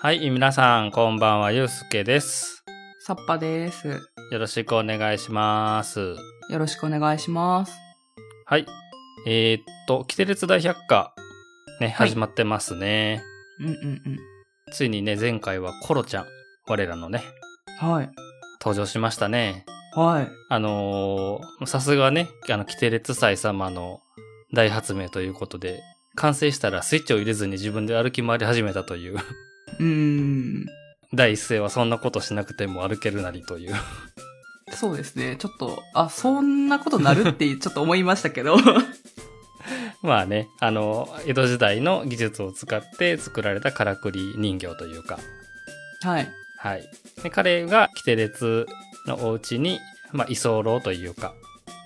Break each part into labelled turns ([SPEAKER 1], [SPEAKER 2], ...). [SPEAKER 1] はい、皆さん、こんばんは、ゆうすけです。
[SPEAKER 2] サッパです。
[SPEAKER 1] よろしくお願いします。
[SPEAKER 2] よろしくお願いします。
[SPEAKER 1] はい。えー、っと、キテレツ大百科、ね、
[SPEAKER 2] はい
[SPEAKER 1] 始まってますね。
[SPEAKER 2] うんうん
[SPEAKER 1] ついにね、前回はコロちゃん、我らのね、
[SPEAKER 2] うん。はい。
[SPEAKER 1] 登場しましたね。
[SPEAKER 2] はい。
[SPEAKER 1] あのーさすがね、あの、キテレツ祭様の大発明ということで、完成したらスイッチを入れずに自分で歩き回り始めたという、
[SPEAKER 2] うーん。
[SPEAKER 1] 第一声はそんなことしなくても歩けるなりという。
[SPEAKER 2] そうですね。ちょっと、あ、そんなことな るってちょっと思いましたけど。
[SPEAKER 1] まあね、あの、江戸時代の技術を使って作られたからくり人形というか、
[SPEAKER 2] はい。
[SPEAKER 1] はい。で彼がキテレツのお家に、まあ、居候というか、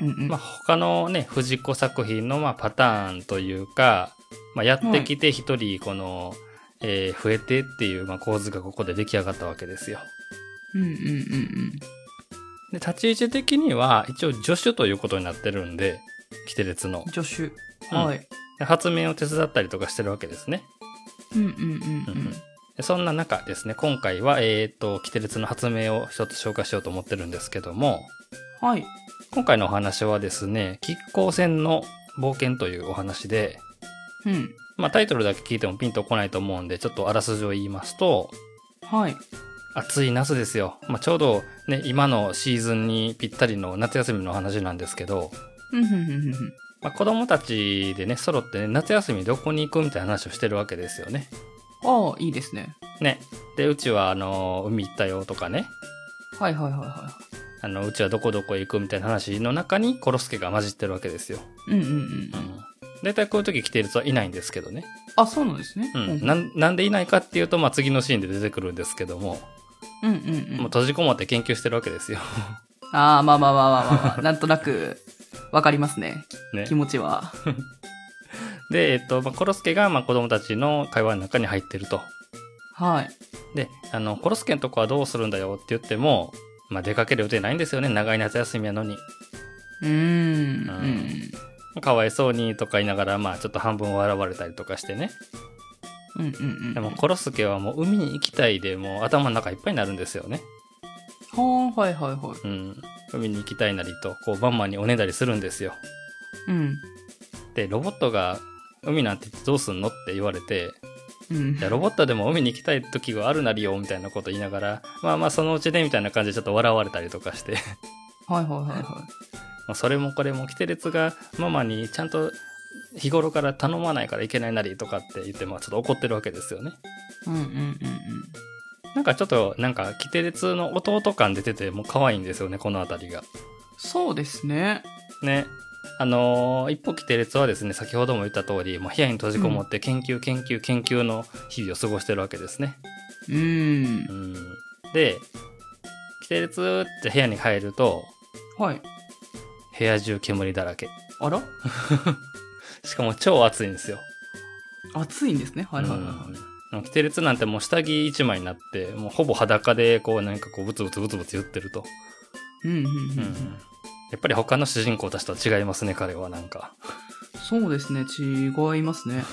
[SPEAKER 2] うんうん。
[SPEAKER 1] まあ、他のね、藤子作品のまあパターンというか、まあ、やってきて一人、この、えー増えてっていう、まあ、構図がここで出来上がったわけですよ。
[SPEAKER 2] うんうんうん
[SPEAKER 1] で、立ち位置的には、一応助手ということになってるんで、キテレツの
[SPEAKER 2] うん。。助手。
[SPEAKER 1] うん
[SPEAKER 2] はい。
[SPEAKER 1] で発明を手伝ったりとかしてるわけですね。
[SPEAKER 2] うんうんうんうん。
[SPEAKER 1] でそんな中ですね、今回は、えっ、と、キテレツの発明を一つ紹介しようと思ってるんですけども、
[SPEAKER 2] はい。
[SPEAKER 1] 今回のお話はですね、亀甲船の冒険というお話で、
[SPEAKER 2] うん。
[SPEAKER 1] まあタイトルだけ聞いてもピンとこないと思うんで、ちょっとあらすじを言いますと、
[SPEAKER 2] はい。
[SPEAKER 1] 暑い夏ですよ。まあちょうどね、今のシーズンにぴったりの夏休みのお話なんですけど、
[SPEAKER 2] うんうんうんうんうん。
[SPEAKER 1] まあ子供たちでね、揃ってね、夏休みどこに行くみたいな話をしてるわけですよね。
[SPEAKER 2] ああ、いいですね。
[SPEAKER 1] ね。で、うちはあの、海行ったよとかね、
[SPEAKER 2] はいはいはいは
[SPEAKER 1] あの、うちはどこどこ行くみたいな話の中に、コロスケが混じってるわけですよ。
[SPEAKER 2] い。うんうんうん
[SPEAKER 1] う。ん。大体こういう時来てる人はいないんですけどね。
[SPEAKER 2] あ、そうなんですね。
[SPEAKER 1] うん。なんなんでいないかっていうと、まあ、次のシーンで出てくるんですけども、
[SPEAKER 2] うんうんうん
[SPEAKER 1] もう。閉じこもって研究してるわけです よ。
[SPEAKER 2] ああ、まあまあまあまあまあまあ。なんとなく、わかりますね。
[SPEAKER 1] ね
[SPEAKER 2] 気。持ちは。
[SPEAKER 1] で、えっと、まあ、コロスケが、まあ、子供たちの会話の中に入ってると。
[SPEAKER 2] はい。
[SPEAKER 1] で、あの、コロスケのとこはどうするんだよって言っても、まあ、出かける予定ないんですよね。長い夏休みやのに。
[SPEAKER 2] うーん。
[SPEAKER 1] う
[SPEAKER 2] うんん。
[SPEAKER 1] かわいそうにとか言いながら、まあ、ちょっと半分笑われたりとかしてね。
[SPEAKER 2] うんうんうん。
[SPEAKER 1] でも、コロスケはもう海に行きたいで、もう頭の中いっぱいになるんですよね。
[SPEAKER 2] はあ、はいはいは
[SPEAKER 1] う
[SPEAKER 2] い。
[SPEAKER 1] ん、海に行きたいなりとこうバンマンにおねだりするんですよ
[SPEAKER 2] うん。
[SPEAKER 1] でロボットが「海なんてどうすんの?」って言われて
[SPEAKER 2] うん
[SPEAKER 1] 「いやロボットでも海に行きたい時があるなりよ」みたいなこと言いながら「まあまあそのうちで」みたいな感じでちょっと笑われたりとかして
[SPEAKER 2] はいはいはいは
[SPEAKER 1] まあそれもこれもキテレツがママにちゃんと日頃から頼まないからいけないなりとかって言ってまあちょっと怒ってるわけですよね
[SPEAKER 2] い。うんうん
[SPEAKER 1] なんかちょっとなんかキテレツの弟感出ててもう可愛いんですよねこの辺りが
[SPEAKER 2] そうですね。
[SPEAKER 1] ね。あのー一歩キテレツはですね、先ほども言った通り、もう部屋に閉じこもって研究、研究、研究の日々を過ごしてるわけですね。
[SPEAKER 2] うーん
[SPEAKER 1] う。ん。で、キテレツって部屋に入ると、
[SPEAKER 2] はい。
[SPEAKER 1] 部屋中煙だらけ。
[SPEAKER 2] あら
[SPEAKER 1] しかも超暑いんですよ。
[SPEAKER 2] 暑いんですね。はいはいはいは
[SPEAKER 1] うんキテレツなんてもう下着一枚になって、もうほぼ裸で、こうなんかこう、ブツブツブツブツ言ってると。
[SPEAKER 2] い。うんうんうんう
[SPEAKER 1] うん
[SPEAKER 2] ん。
[SPEAKER 1] やっぱり他の主人公たちとは違いますね、彼はなんか。
[SPEAKER 2] そうですね。違いま すね。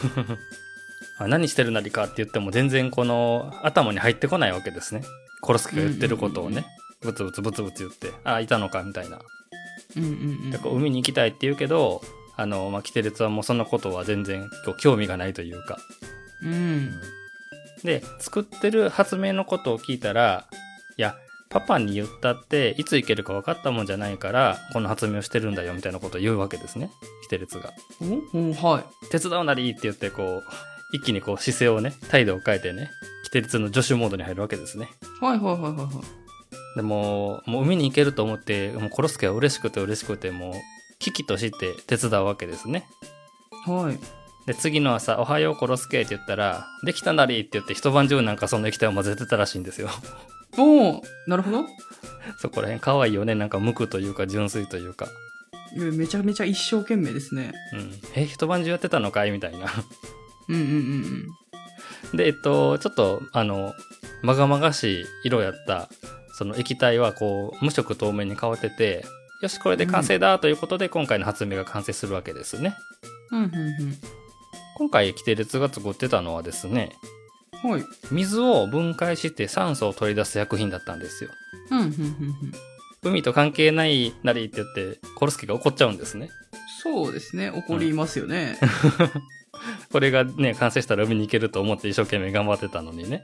[SPEAKER 1] あ何してるなりかって言っても全然この頭に入ってこないわけですね。コロスケが言ってることをね、ブツブツブツブツ言って、あ、いたのかみたいな。
[SPEAKER 2] うんうん
[SPEAKER 1] でこ
[SPEAKER 2] う。
[SPEAKER 1] うん海に行きたいって言うけど、あの、まあ、キテレツはもうそんなことは全然こう興味がないというか。
[SPEAKER 2] うん。
[SPEAKER 1] で、作ってる発明のことを聞いたら、いや、パパに言ったって、いつ行けるか分かったもんじゃないから、この発明をしてるんだよみたいなことを言うわけですね。キテレツが。
[SPEAKER 2] おおはい。
[SPEAKER 1] 手伝うなりって言ってこう一気にこう姿勢をね態度を変えてねキテレツの助手モードに入るわけですね
[SPEAKER 2] はいはいはいはいはい。
[SPEAKER 1] でもうもう海に行けると思ってもうコロスケは嬉しくて嬉しくてもう危機として手伝うわけですね
[SPEAKER 2] はい。
[SPEAKER 1] で次の朝「おはようコロスケ」って言ったら「できたなり」って言って一晩中なんかその液体を混ぜてたらしいんですよ
[SPEAKER 2] おおなるほど。
[SPEAKER 1] そこら辺可愛いよねなんか無垢というか純粋というか
[SPEAKER 2] いやめちゃめちゃ一生懸命ですね。
[SPEAKER 1] うんえ一晩中やってたのかいみたいな
[SPEAKER 2] うんうんうんうん。
[SPEAKER 1] で、えっと、ちょっと、あの、まがまがしい色やった、その液体はこう、無色透明に変わってて、よし、これで完成だということで、今回の発明が完成するわけですね。
[SPEAKER 2] うんうんうん。
[SPEAKER 1] 今回、キテレツが作ってたのはですね、
[SPEAKER 2] はい。
[SPEAKER 1] 水を分解して酸素を取り出す薬品だったんですよ。
[SPEAKER 2] うん、うん、うん、うん。
[SPEAKER 1] 海と関係ないなりって言って、コルスケが怒っちゃうんですね。
[SPEAKER 2] そうですね。怒りますよね。
[SPEAKER 1] これがね、完成したら海に行けると思って一生懸命頑張ってたのにね。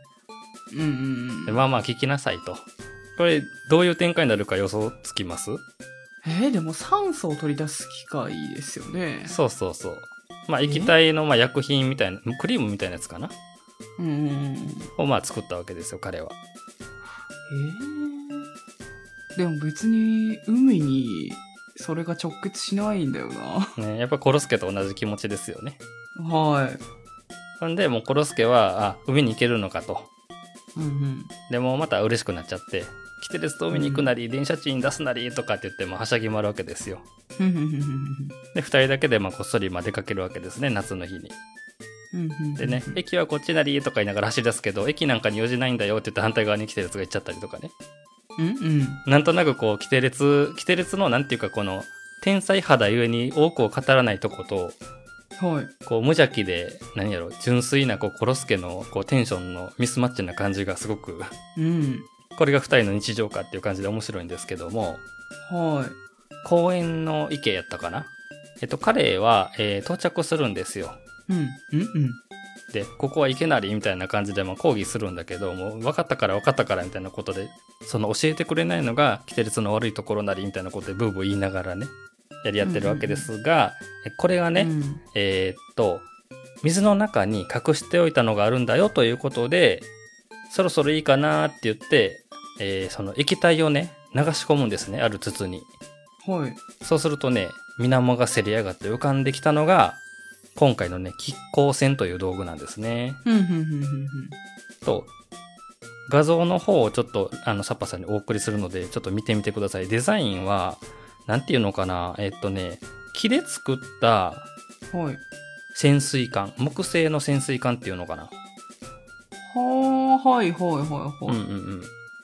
[SPEAKER 2] うん、うん、
[SPEAKER 1] で
[SPEAKER 2] うん。
[SPEAKER 1] まあまあ聞きなさいと。これ、どういう展開になるか予想つきます
[SPEAKER 2] えーでも酸素を取り出す機械ですよね。
[SPEAKER 1] そうそうそう。まあ液体のまあ薬品みたいな、クリームみたいなやつかな
[SPEAKER 2] うん、うんうんうん。
[SPEAKER 1] をまあ作ったわけですよ、彼は。
[SPEAKER 2] ええでも別に海にそれが直結しないんだよな。
[SPEAKER 1] ね、やっぱコロスケと同じ気持ちですよね。
[SPEAKER 2] はい。
[SPEAKER 1] ほんで、もうコロスケは、あ、海に行けるのかと。
[SPEAKER 2] うんうん。
[SPEAKER 1] でもうまた嬉しくなっちゃって、キテレツと海に行くなり、電車賃出すなりとかって言って、まあはしゃぎ回るわけですよ。
[SPEAKER 2] うんうんうんうん
[SPEAKER 1] で、二人だけでまあこっそりまあ出かけるわけですね、夏の日に。
[SPEAKER 2] うんうんうん
[SPEAKER 1] でね、駅はこっちなりとか言いながら走り出すけど、駅なんかに用事ないんだよって言って反対側にキテレツが行っちゃったりとかね。
[SPEAKER 2] うんうん。
[SPEAKER 1] なんとなくこう、キテレツ、キテレツのなんていうかこの、天才肌ゆえに多くを語らないとこと、
[SPEAKER 2] はい。
[SPEAKER 1] こう無邪気で、何やろ、純粋なこう、コロスケのこう、テンションのミスマッチな感じがすごく、
[SPEAKER 2] うん。
[SPEAKER 1] これが二人の日常かっていう感じで面白いんですけども、
[SPEAKER 2] はい。
[SPEAKER 1] 公園の池やったかなえっと、彼は、えー到着するんですよ。
[SPEAKER 2] うん。うん
[SPEAKER 1] で、ここは池なりみたいな感じで、まあ、抗議するんだけど、もう分かったから分かったからみたいなことで、その教えてくれないのが、キテレツの悪いところなりみたいなことでブーブー言いながらね、やり合ってるわけですが、えこれが
[SPEAKER 2] うん。
[SPEAKER 1] ね、
[SPEAKER 2] うん。
[SPEAKER 1] えーっと、水の中に隠しておいたのがあるんだよということで、そろそろいいかなって言って、えーその液体をね、流し込むんですね、ある筒に。
[SPEAKER 2] はい。
[SPEAKER 1] そうするとね、水面がせり上がって浮かんできたのが、今回のね、亀甲線という道具なんですね。
[SPEAKER 2] うんうんうんうんうん。
[SPEAKER 1] と、画像の方をちょっと、あの、サッパさんにお送りするので、ちょっと見てみてください。デザインは、なんていうのかな、えっとね、木で作った
[SPEAKER 2] はい。
[SPEAKER 1] 潜水艦、木製の潜水艦っていうのかな。
[SPEAKER 2] はあ、はいはいはい
[SPEAKER 1] うんう
[SPEAKER 2] は
[SPEAKER 1] んうん。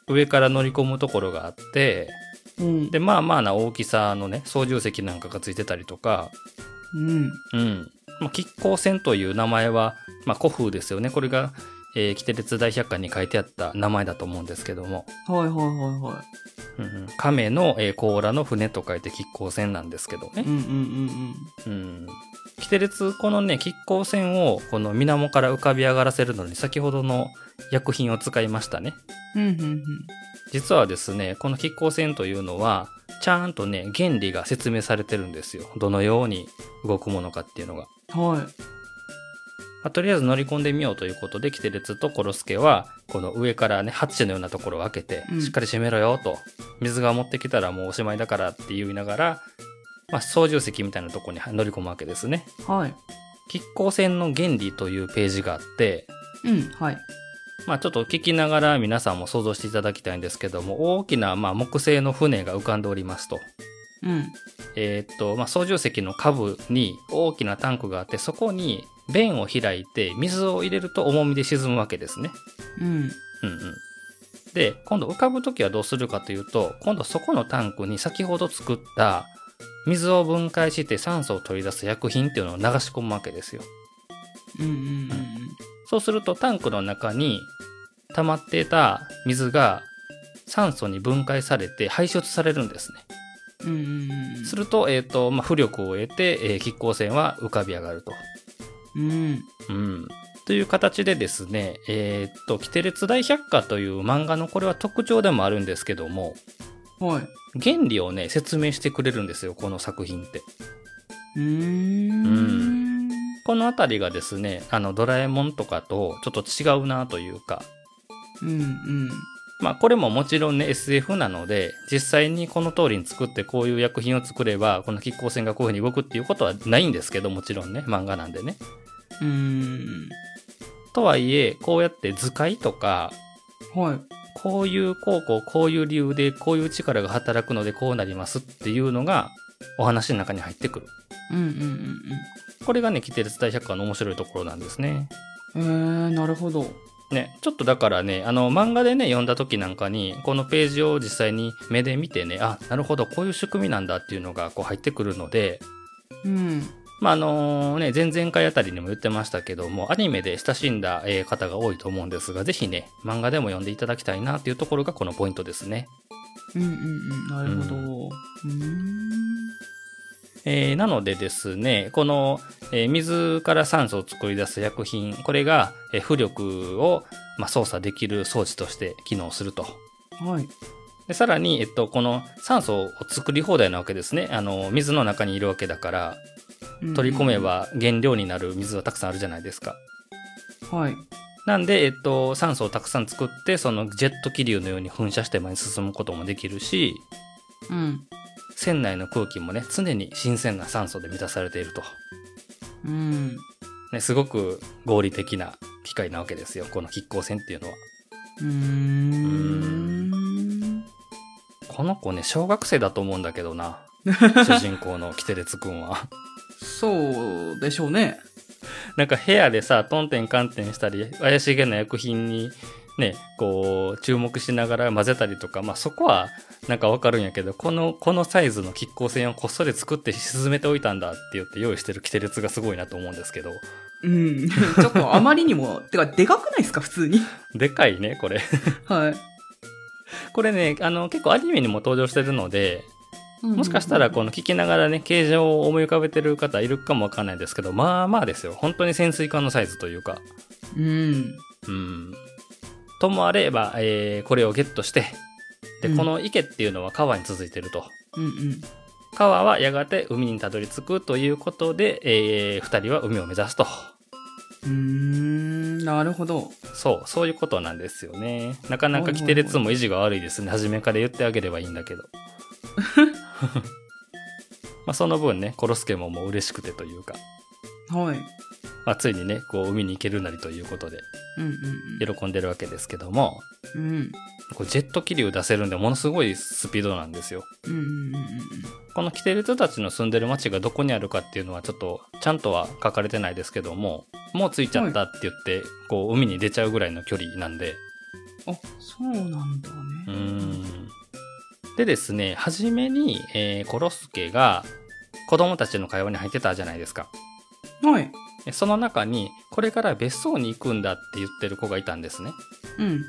[SPEAKER 1] 上から乗り込むところがあって、
[SPEAKER 2] い。うん。
[SPEAKER 1] で、まあまあな大きさのね、操縦席なんかがついてたりとか、
[SPEAKER 2] うん。
[SPEAKER 1] うん。まあ、亀甲船という名前は、まあ、古風ですよね。これが、えー、キテレツ大百科に書いてあった名前だと思うんですけども。
[SPEAKER 2] はいはいはいは
[SPEAKER 1] うんうん、亀の、えー甲羅の船と書いて亀甲船なんですけど
[SPEAKER 2] い。う
[SPEAKER 1] ね。
[SPEAKER 2] んうん
[SPEAKER 1] う
[SPEAKER 2] うん
[SPEAKER 1] ん。キテレツ、このね、亀甲船を、この水面から浮かび上がらせるのに、先ほどの薬品を使いましたね。
[SPEAKER 2] うん。うんうん
[SPEAKER 1] 実はですね、この亀甲船というのは、ちゃんとね、原理が説明されてるんですよ。どのように動くものかっていうのが。
[SPEAKER 2] うん。はい。
[SPEAKER 1] まあ、とりあえず乗り込んでみようということで、キテレツとコロスケは、この上からね、ハッチのようなところを開けて
[SPEAKER 2] う、ん
[SPEAKER 1] しっかり閉めろよと、水が持ってきたらもうおしまいだからって言いながら、まあ、操縦席みたいなところに乗り込むわけですね。
[SPEAKER 2] はい。
[SPEAKER 1] 亀甲船の原理というページがあって、
[SPEAKER 2] うん。はい。
[SPEAKER 1] まあちょっと聞きながら皆さんも想像していただきたいんですけども、大きなまあ木製の船が浮かんでおりますと。
[SPEAKER 2] うん。
[SPEAKER 1] えーっと、まあ、操縦席の下部に大きなタンクがあって、そこに弁を開いて水を入れると重みで沈むわけですね。
[SPEAKER 2] うん。
[SPEAKER 1] うんうん。で、今度浮かぶときはどうするかというと、今度そこのタンクに先ほど作った水を分解して酸素を取り出す薬品っていうのを流し込むわけですよ。
[SPEAKER 2] うんうん
[SPEAKER 1] そうするとタンクの中に溜まっていた水が酸素に分解されて排出されるんですね。
[SPEAKER 2] うんうん。うんうんうん。
[SPEAKER 1] すると、えっ、と、まあ、浮力を得て、えー、亀甲船は浮かび上がると。
[SPEAKER 2] うん。
[SPEAKER 1] うん。という形でですね、えーっと、キテレツ大百科という漫画のこれは特徴でもあるんですけども、
[SPEAKER 2] はい。
[SPEAKER 1] 原理をね、説明してくれるんですよ、この作品って。
[SPEAKER 2] うーん。
[SPEAKER 1] このあたりがですね、あの、ドラえもんとかとちょっと違うなというか、
[SPEAKER 2] うんうん。
[SPEAKER 1] まあ、これももちろんね、SF なので、実際にこの通りに作ってこういう薬品を作れば、この亀甲船がこういう風に動くっていうことはないんですけど、もちろんね、漫画なんでね。
[SPEAKER 2] うーん。
[SPEAKER 1] とはいえ、こうやって図解とか、
[SPEAKER 2] はい。
[SPEAKER 1] こういうこうこうこういう理由でこういう力が働くのでこうなりますっていうのがお話の中に入ってくる。
[SPEAKER 2] うんうん
[SPEAKER 1] これがね、キテレツ大百科の面白いところなんですね。
[SPEAKER 2] うんうん。えー、なるほど。
[SPEAKER 1] ね、ちょっとだからね、あの漫画でね、読んだ時なんかに、このページを実際に目で見てね、あ、なるほど、こういう仕組みなんだっていうのがこう入ってくるので、
[SPEAKER 2] うん。
[SPEAKER 1] まああのね、前々回あたりにも言ってましたけども、アニメで親しんだえー方が多いと思うんですが、ぜひね、漫画でも読んでいただきたいなっていうところがこのポイントですね。
[SPEAKER 2] うんうんうん、なるほど。うーん。
[SPEAKER 1] えーなのでですね、この、えー水から酸素を作り出す薬品、これが、えー浮力を、まあ、操作できる装置として機能すると。
[SPEAKER 2] はい。
[SPEAKER 1] でさらに、えっと、この酸素を作り放題なわけですね。あの、水の中にいるわけだから、取り込めば原料になる水はたくさんあるじゃないですか。
[SPEAKER 2] うんうん。はい。
[SPEAKER 1] なんで、えっと、酸素をたくさん作って、そのジェット気流のように噴射して前に進むこともできるし、
[SPEAKER 2] うん。
[SPEAKER 1] 船内の空気もね、常に新鮮な酸素で満たされていると。
[SPEAKER 2] うん。
[SPEAKER 1] ね、すごく合理的な機械なわけですよ。この亀甲船っていうのは。
[SPEAKER 2] うーん。
[SPEAKER 1] この子ね、小学生だと思うんだけどな。主人公のキテレツくんは。
[SPEAKER 2] そうでしょうね。
[SPEAKER 1] なんか部屋でさ、トンテンカンテンしたり、怪しげな薬品にね、こう、注目しながら混ぜたりとか、まあそこはなんかわかるんやけど、この、このサイズの亀甲船をこっそり作って沈めておいたんだって言って用意してるキテレツがすごいなと思うんですけど。
[SPEAKER 2] うん。 ちょっとあまりにも、てか、でかくないですか、普 通に。
[SPEAKER 1] でかいね、これ。
[SPEAKER 2] はい。
[SPEAKER 1] これね、あの、結構アニメにも登場してるので、もしかしたらこの聞きながらね、形状を思い浮かべてる方いるかもわかんないですけど、まあまあですよ。本当に潜水艦のサイズというか。
[SPEAKER 2] うん。
[SPEAKER 1] うん。ともあれば、えーこれをゲットして、で、
[SPEAKER 2] うん
[SPEAKER 1] この池っていうのは川に続いてると。
[SPEAKER 2] うんうん。
[SPEAKER 1] 川はやがて海にたどり着くということで、えー二人は海を目指すと。
[SPEAKER 2] うーん、なるほど。
[SPEAKER 1] そう、そういうことなんですよね。なかなか規定列も維持が悪いですね。初めから言ってあげればいいんだ けど。まあその分ね、コロスケももう嬉しくてというか、
[SPEAKER 2] はい。
[SPEAKER 1] まあ、ついにね、こう海に行けるなりということで、
[SPEAKER 2] うん
[SPEAKER 1] 喜んでるわけですけども、
[SPEAKER 2] うんうん。うん。
[SPEAKER 1] こうジェット気流出せるんで、ものすごいスピードなんですよ。
[SPEAKER 2] うんうんうん
[SPEAKER 1] このキテレツたちの住んでる町がどこにあるかっていうのはちょっとちゃんとは書かれてないですけどももう着いちゃったって言って、こう海に出ちゃうぐらいの距離なんで
[SPEAKER 2] うん。あ、そうなんだね。
[SPEAKER 1] うーんでですね初めに、えーコロスケが子供たちの会話に入ってたじゃないですか
[SPEAKER 2] はい。
[SPEAKER 1] でその中にこれから別荘に行くんだって言ってる子がいたんですね
[SPEAKER 2] うん。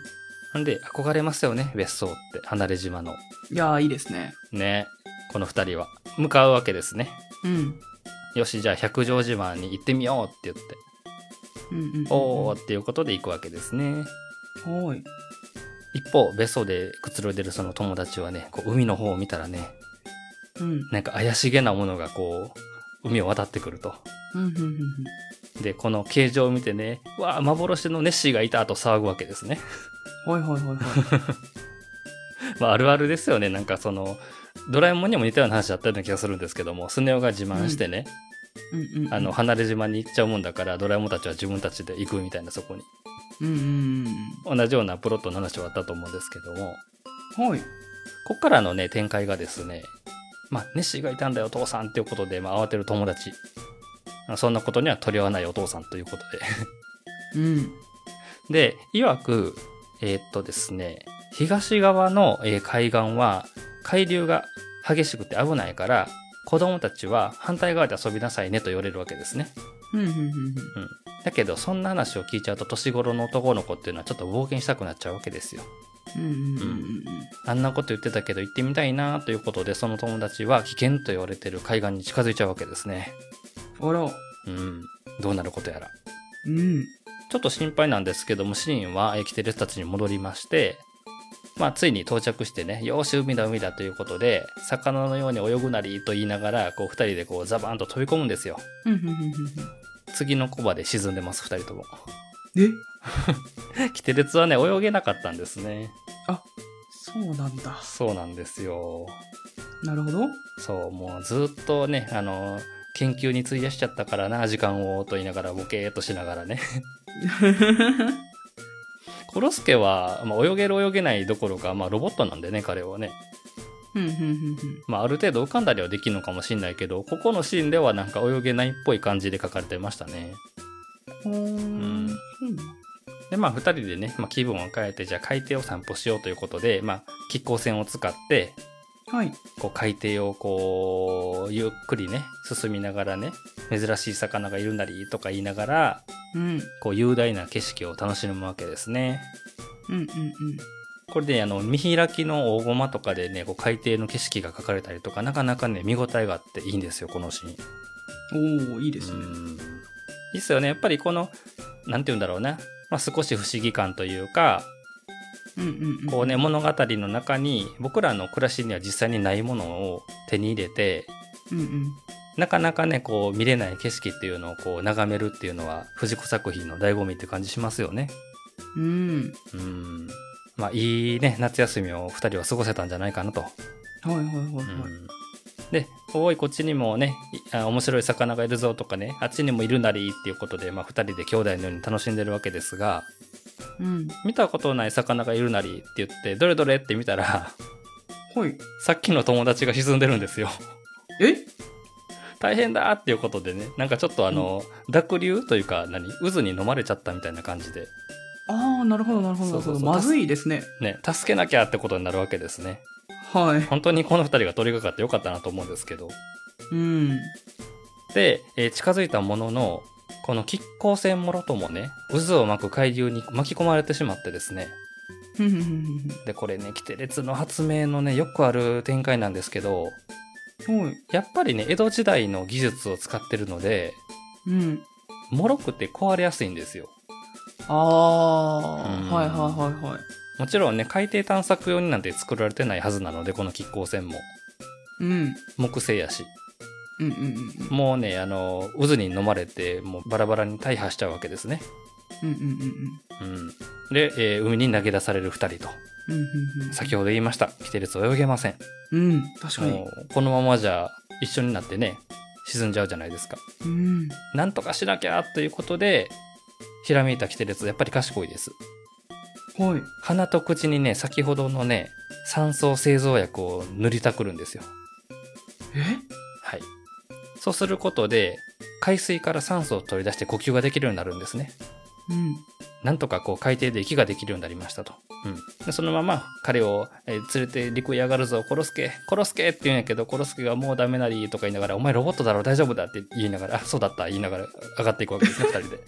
[SPEAKER 1] なんで憧れますよね別荘って離れ島の
[SPEAKER 2] いやー、いいですね。
[SPEAKER 1] ねこの2人は向かうわけですね
[SPEAKER 2] うん。
[SPEAKER 1] よしじゃあ百丈島に行ってみようって言って
[SPEAKER 2] うんうん、うん。
[SPEAKER 1] おーっていうことで行くわけですね。
[SPEAKER 2] はい。
[SPEAKER 1] 一方、別荘でくつろいでるその友達はね、こう海の方を見たらね、
[SPEAKER 2] うん。
[SPEAKER 1] なんか怪しげなものがこう、海を渡ってくると。
[SPEAKER 2] うんうんうんうん。
[SPEAKER 1] で、この形状を見てね、わあ、幻のネッシーがいたと騒ぐわけですね。
[SPEAKER 2] はいはいはいは
[SPEAKER 1] まあ、あるあるですよね。なんかその、ドラえもんにも似たような話だったような気がするんですけども、スネ夫が自慢してね、
[SPEAKER 2] い。うんうんう ん。
[SPEAKER 1] あの、、離れ島に行っちゃうもんだから、ドラえもんたちは自分たちで行くみたいな、そこに。
[SPEAKER 2] うんうん
[SPEAKER 1] 同じようなプロットの話はあったと思うんですけども、
[SPEAKER 2] うん。はい。
[SPEAKER 1] こっからのね、展開がですね、まあ、ネッシーがいたんだよ、お父さんっていうことで、まあ、慌てる友達。あそんなことには取り合わないお父さんということ
[SPEAKER 2] うん。
[SPEAKER 1] で。 で、いわく、えーっとですね、東側の、えー海岸は、海流が激しくて危ないから、子供たちは反対側で遊びなさいねと言われるわけですね。
[SPEAKER 2] うんうんうんうん。
[SPEAKER 1] だけど、そんな話を聞いちゃうと、年頃の男の子っていうのはちょっと冒険したくなっちゃうわけですよ。
[SPEAKER 2] うんうんうん
[SPEAKER 1] あんなこと言ってたけど行ってみたいなということで、その友達は危険と言われてる海岸に近づいちゃうわけですね。
[SPEAKER 2] うん。あら。
[SPEAKER 1] うん。どうなることやら。
[SPEAKER 2] うん。
[SPEAKER 1] ちょっと心配なんですけども、シリンはえーキテレスたちに戻りまして、まあ、ついに到着してね、よーし、海だ、海だということで、魚のように泳ぐなりと言いながら、こう、二人でこう、ザバーンと飛び込むんですよ。
[SPEAKER 2] うんうんうんうんうん。
[SPEAKER 1] 次のコバで沈んでます、二人とも。
[SPEAKER 2] え
[SPEAKER 1] キテレツはね、泳げなかったんですね。
[SPEAKER 2] そうなんだ。
[SPEAKER 1] そうなんですよ。
[SPEAKER 2] なるほど。
[SPEAKER 1] そう、もうずっとね、あの、研究に費やしちゃったからな、時間を、と言いながら、ボケーっとしながらね。コロスケは、まあ、泳げる泳げないどころか、まあ、ロボットなんでね、彼はね。
[SPEAKER 2] うんうんうん
[SPEAKER 1] まあ、ある程度浮かんだりはできるのかもしれないけど、ここのシーンではなんか泳げないっぽい感じで書かれてましたね。
[SPEAKER 2] うん。
[SPEAKER 1] んで、まあ、二人でね、まあ、気分を変えて、じゃあ海底を散歩しようということで、まあ、気候船を使って、
[SPEAKER 2] はい。
[SPEAKER 1] こう海底をこうゆっくりね進みながらね珍しい魚がいるなりとか言いながら
[SPEAKER 2] うん。
[SPEAKER 1] こう雄大な景色を楽しむわけですね。
[SPEAKER 2] うんうん
[SPEAKER 1] これで、ね、あの見開きの大駒とかでねこう海底の景色が描かれたりとかなかなかね見応えがあっていいんですよこのシーン。
[SPEAKER 2] うん。おおいいですね。
[SPEAKER 1] うんいいっすよねやっぱりこのなんて言うんだろうな、まあ、少し不思議感というか
[SPEAKER 2] うんうんうん。
[SPEAKER 1] こうね。物語の中に僕らの暮らしには実際にないものを手に入れて
[SPEAKER 2] うんうん。
[SPEAKER 1] なかなかねこう見れない景色っていうのをこう眺めるっていうのは藤子作品の醍醐味って感じしますよね。
[SPEAKER 2] うん。
[SPEAKER 1] うんまあいいね夏休みを2人は過ごせたんじゃないかなと。
[SPEAKER 2] はいはいはい
[SPEAKER 1] う
[SPEAKER 2] はい。
[SPEAKER 1] んでおいこっちにもねいあ面白い魚がいるぞとかねあっちにもいるなりっていうことで、まあ、2人で兄弟のように楽しんでるわけですが
[SPEAKER 2] うん。
[SPEAKER 1] 見たことない魚がいるなりって言ってどれどれって見たら
[SPEAKER 2] はい。
[SPEAKER 1] さっきの友達が沈んでるんですよ。
[SPEAKER 2] え
[SPEAKER 1] 大変だっていうことでねなんかちょっとあの、濁流というか何渦に飲まれちゃったみたいな感じで
[SPEAKER 2] ああ、なるほどなるほどな
[SPEAKER 1] そう
[SPEAKER 2] るほ
[SPEAKER 1] そう
[SPEAKER 2] ど。
[SPEAKER 1] そう
[SPEAKER 2] まずいですね。
[SPEAKER 1] ね助けなきゃってことになるわけですね
[SPEAKER 2] はい。
[SPEAKER 1] 本当にこの2人が取り掛かってよかったなと思うんですけど
[SPEAKER 2] うん。
[SPEAKER 1] で、えー近づいたもののこの亀甲船もろともね渦を巻く海流に巻き込まれてしまってですね
[SPEAKER 2] ふんふんふん
[SPEAKER 1] でこれねキテレツの発明のねよくある展開なんですけど
[SPEAKER 2] ふんはい。
[SPEAKER 1] やっぱりね江戸時代の技術を使ってるので
[SPEAKER 2] うん。
[SPEAKER 1] もろくて壊れやすいんですよ
[SPEAKER 2] あ
[SPEAKER 1] う
[SPEAKER 2] あ、
[SPEAKER 1] ん
[SPEAKER 2] はいはいはいはい。
[SPEAKER 1] もちろんね海底探索用になんて作られてないはずなのでこの亀甲船も
[SPEAKER 2] うん。
[SPEAKER 1] 木製やし
[SPEAKER 2] うんうんうん
[SPEAKER 1] もうねあの渦に飲まれてもうバラバラに大破しちゃうわけですね、
[SPEAKER 2] うん。うんうんうん
[SPEAKER 1] うん、で、えー海に投げ出される2人と
[SPEAKER 2] うん。うんうんうん。
[SPEAKER 1] 先ほど言いましたキテレツ泳げません、
[SPEAKER 2] うん。確かに。
[SPEAKER 1] もうこのままじゃ一緒になってね沈んじゃうじゃないですか
[SPEAKER 2] うん。
[SPEAKER 1] なんとかしなきゃということでひらめいたキテレツやっぱり賢いです
[SPEAKER 2] はい。
[SPEAKER 1] 鼻と口にね先ほどのね酸素製造薬を塗りたくるんですよ
[SPEAKER 2] え
[SPEAKER 1] はい。そうすることで、海水から酸素を取り出して呼吸ができるようになるんですね。
[SPEAKER 2] うん。
[SPEAKER 1] なんとかこう海底で息ができるようになりましたと。うん。でそのまま彼を、えー連れて陸へ上がるぞ、殺すけ、殺すけって言うんやけど、殺すけがもうダメなりとか言いながら、お前ロボットだろ、大丈夫だって言いながら、あ、そうだった、言いながら上がっていくわけですね、二人で。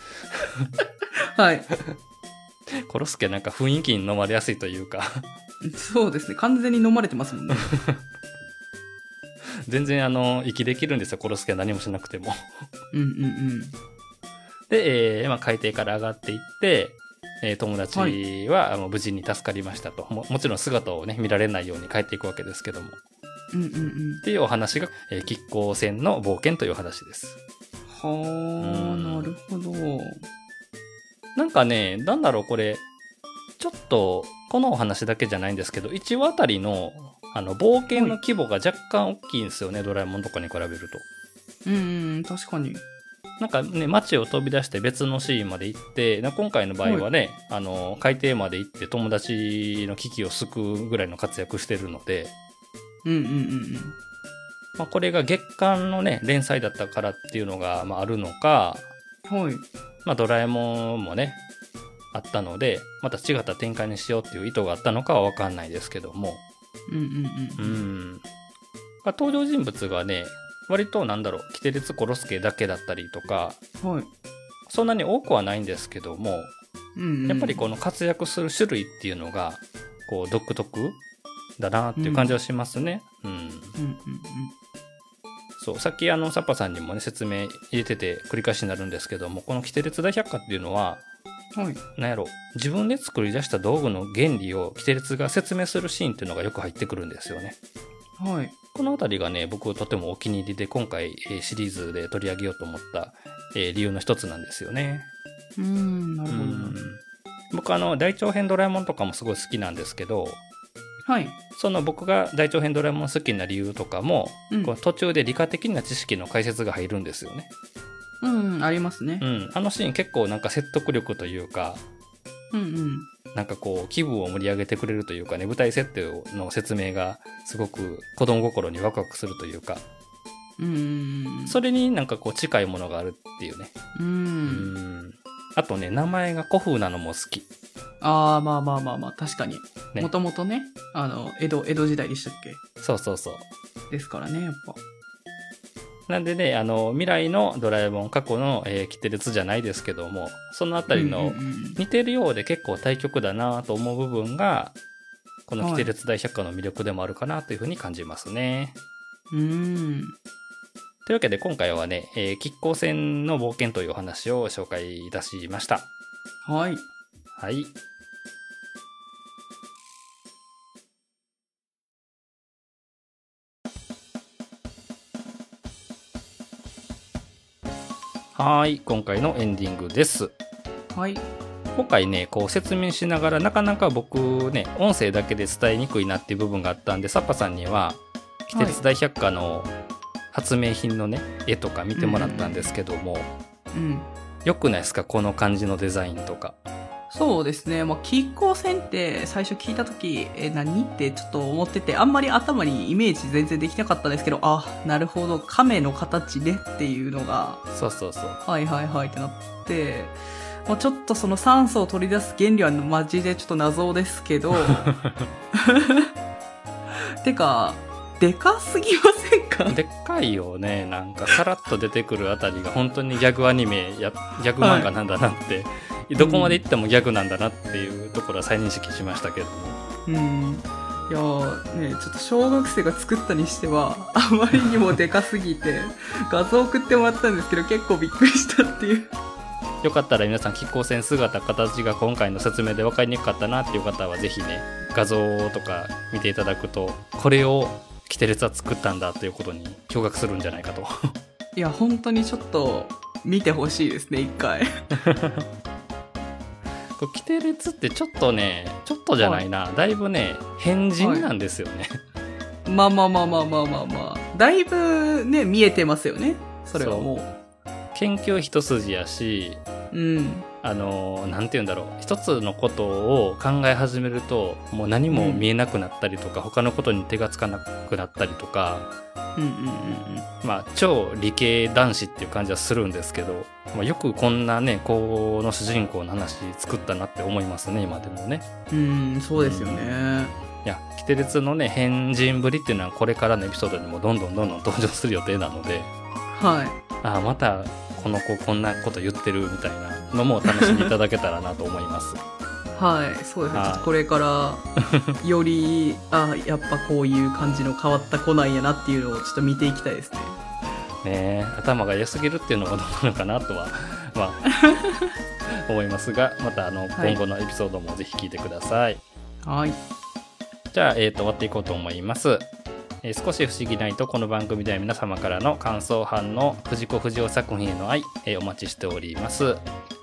[SPEAKER 2] はい。
[SPEAKER 1] 殺すけなんか雰囲気に飲まれやすいというか、
[SPEAKER 2] そうですね。完全に飲まれてますもんね。
[SPEAKER 1] 全然あの、息できるんですよ、殺すけは何もしなくても。
[SPEAKER 2] うんうんうん。
[SPEAKER 1] で、えーまあ、海底から上がっていって、えー友達は、あの無事に助かりましたとももちろん姿をね見られないように帰っていくわけですけどもっ
[SPEAKER 2] うんうんうん。
[SPEAKER 1] ていうお話が「えー亀甲船の冒険」というお話です
[SPEAKER 2] はあ、
[SPEAKER 1] うん
[SPEAKER 2] なるほど。
[SPEAKER 1] なんかねなんだろうこれちょっとこのお話だけじゃないんですけど1話あたりのあの冒険の規模が若干大きいんですよね、ドラえもんとかに比べると
[SPEAKER 2] うんうんうん、確かに。
[SPEAKER 1] なんかね、街を飛び出して別のシーンまで行って、な今回の場合はね、あの、海底まで行って友達の危機を救うぐらいの活躍してるので、
[SPEAKER 2] うんうん
[SPEAKER 1] まあ、これが月間のね、連載だったからっていうのが、まあ、あるのか、
[SPEAKER 2] うんうん。はい。
[SPEAKER 1] まあ、ドラえもんもね、あったので、また違った展開にしようっていう意図があったのかはわかんないですけども、
[SPEAKER 2] うんうん
[SPEAKER 1] う
[SPEAKER 2] うん。
[SPEAKER 1] ん。まあ登場人物がね、割となんだろう、キテレツコロスケだけだったりとか、
[SPEAKER 2] はい。
[SPEAKER 1] そんなに多くはないんですけども、
[SPEAKER 2] うんうん、
[SPEAKER 1] やっぱりこの活躍する種類っていうのがこう独特だなっていう感じはしますね。うん
[SPEAKER 2] うんうん
[SPEAKER 1] そうさっきあのサッパさんにもね説明入れてて繰り返しになるんですけどもこの「キテレツ大百科」っていうのは
[SPEAKER 2] うん。はい。
[SPEAKER 1] 何やろ自分で作り出した道具の原理をキテレツが説明するシーンっていうのがよく入ってくるんですよね。
[SPEAKER 2] はい。
[SPEAKER 1] この辺りがね僕とてもお気に入りで今回えーシリーズで取り上げようと思ったえー理由の一つなんですよね。
[SPEAKER 2] うん、なる
[SPEAKER 1] う
[SPEAKER 2] ほど。
[SPEAKER 1] ん僕あの大長編ドラえもんとかもすごい好きなんですけど
[SPEAKER 2] はい。
[SPEAKER 1] その僕が大長編ドラえもん好きな理由とかも、
[SPEAKER 2] うん
[SPEAKER 1] こう途中で理科的な知識の解説が入るんですよね。
[SPEAKER 2] うんうん、ありますね
[SPEAKER 1] う。ん、あのシーン結構なんか説得力というか、
[SPEAKER 2] うんうん。
[SPEAKER 1] なんかこう気分を盛り上げてくれるというかね、舞台設定の説明がすごく子供心にワクワクするというか、
[SPEAKER 2] うんうんうん。
[SPEAKER 1] それになんかこう近いものがあるっていうね。
[SPEAKER 2] う。
[SPEAKER 1] うんん。あとね、名前が古風なのも好き。
[SPEAKER 2] ああ、まあまあまあまあ、確かに。
[SPEAKER 1] ね
[SPEAKER 2] もともとね。あの、江戸、江戸時代でしたっけ
[SPEAKER 1] そうそうそう。
[SPEAKER 2] ですからね、やっぱ。
[SPEAKER 1] なんでね、あの、未来のドラえもん、過去の、えー、キテレツじゃないですけども、そのあたり
[SPEAKER 2] うんう
[SPEAKER 1] の
[SPEAKER 2] んうん
[SPEAKER 1] 似てるようで結構対極だなと思う部分が、このキテレツ大百科の魅力でもあるかなというふうに感じますね。
[SPEAKER 2] うん。
[SPEAKER 1] というわけで今回はね、えー、亀甲船の冒険というお話を紹介いたしました。
[SPEAKER 2] はい。
[SPEAKER 1] はい。はーい、今回のエンディングです。
[SPEAKER 2] はい。
[SPEAKER 1] 今回ね、こう説明しながら、なかなか僕ね、音声だけで伝えにくいなっていう部分があったんで、サッパさんには、キテレツ大百科の発明品のね、絵とか見てもらったんですけども、
[SPEAKER 2] うん。
[SPEAKER 1] よくないですかこの感じのデザインとか。
[SPEAKER 2] そうですね。まあ、亀甲線って最初聞いたとき、え、何ってちょっと思ってて、あんまり頭にイメージ全然できなかったですけど、あ、なるほど、亀の形ねっていうのが、
[SPEAKER 1] そうそうそう。
[SPEAKER 2] はいはいはいってなって、まあ、ちょっとその酸素を取り出す原理はマジでちょっと謎です けど、てか、でかすぎませんか
[SPEAKER 1] でっかいよねなんかさらっと出てくるあたりが本当にギャグアニメやギャグ漫画なんだなって、どこまで行ってもギャグなんだなっていうところは再認識しましたけども
[SPEAKER 2] うん。いやーね、ちょっと小学生が作ったにしてはあまりにもでかすぎて 画像送ってもらったんですけど結構びっくりしたっていう
[SPEAKER 1] よかったら皆さん亀甲船姿形が今回の説明で分かりにくかったなっていう方はぜひね画像とか見ていただくとこれをキテレツは作ったんだということに驚愕するんじゃない かと
[SPEAKER 2] いや本当にちょっと見てほしいですね一回
[SPEAKER 1] これキテレツってちょっとねちょっとじゃないな、だいぶね変人なんですよね、
[SPEAKER 2] まあまあまあまあまあまあまあだいぶね見えてますよねそれはも
[SPEAKER 1] 研究一筋やし
[SPEAKER 2] ううん
[SPEAKER 1] あのなんて言うんだろう一つのことを考え始めるともう何も見えなくなったりとか、他のことに手がつかなくなったりとか
[SPEAKER 2] うんうんうん
[SPEAKER 1] まあ超理系男子っていう感じはするんですけど、まあ、よくこんなね高校の主人公の話作ったなって思いますね今でもね。
[SPEAKER 2] うんうんそうですよね
[SPEAKER 1] いやキテレツのね変人ぶりっていうのはこれからのエピソードにもどんどんどんどん登場する予定なので
[SPEAKER 2] はい
[SPEAKER 1] ああまたこの子こんなこと言ってるみたいなのもお楽しみいただけたらなと思います。
[SPEAKER 2] はいそうですね
[SPEAKER 1] はい
[SPEAKER 2] ちょっとこれからよりあやっぱこういう感じの変わった子なんやなっていうのをちょっと見ていきたいですね
[SPEAKER 1] ねえ頭が良すぎるっていうのもどうなのかなとは、まあ、 思いますがまたあの
[SPEAKER 2] はい
[SPEAKER 1] 今後のエピソードもぜひ聞いてください、
[SPEAKER 2] はい
[SPEAKER 1] じゃあ、えー、と終わっていこうと思います、えー少し不思議ないとこの番組では皆様からの感想反応藤子不二雄作品への愛、えーお待ちしております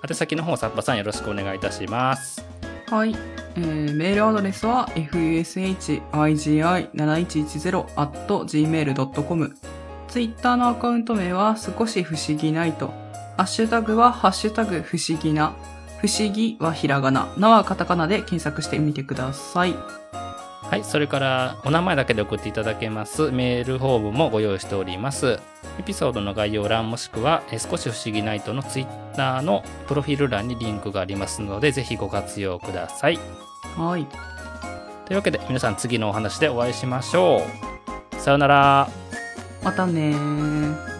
[SPEAKER 1] 宛先の方さっぱさんよろしくお願いいたします
[SPEAKER 2] はい、えーメールアドレスは fushigi7110.gmail.com ツイッターのアカウント名は少し不思議ないと。ハッシュタグはハッシュタグ不思議な。不思議はひらがな。なはカタカナで検索してみてください。
[SPEAKER 1] はい、それからお名前だけで送っていただけますメールフォームもご用意しております。エピソードの概要欄もしくは、えー少し不思議ナイトのツイッターのプロフィール欄にリンクがありますので、ぜひご活用ください。
[SPEAKER 2] はい。
[SPEAKER 1] というわけで、皆さん次のお話でお会いしましょう。さようなら。
[SPEAKER 2] またねー。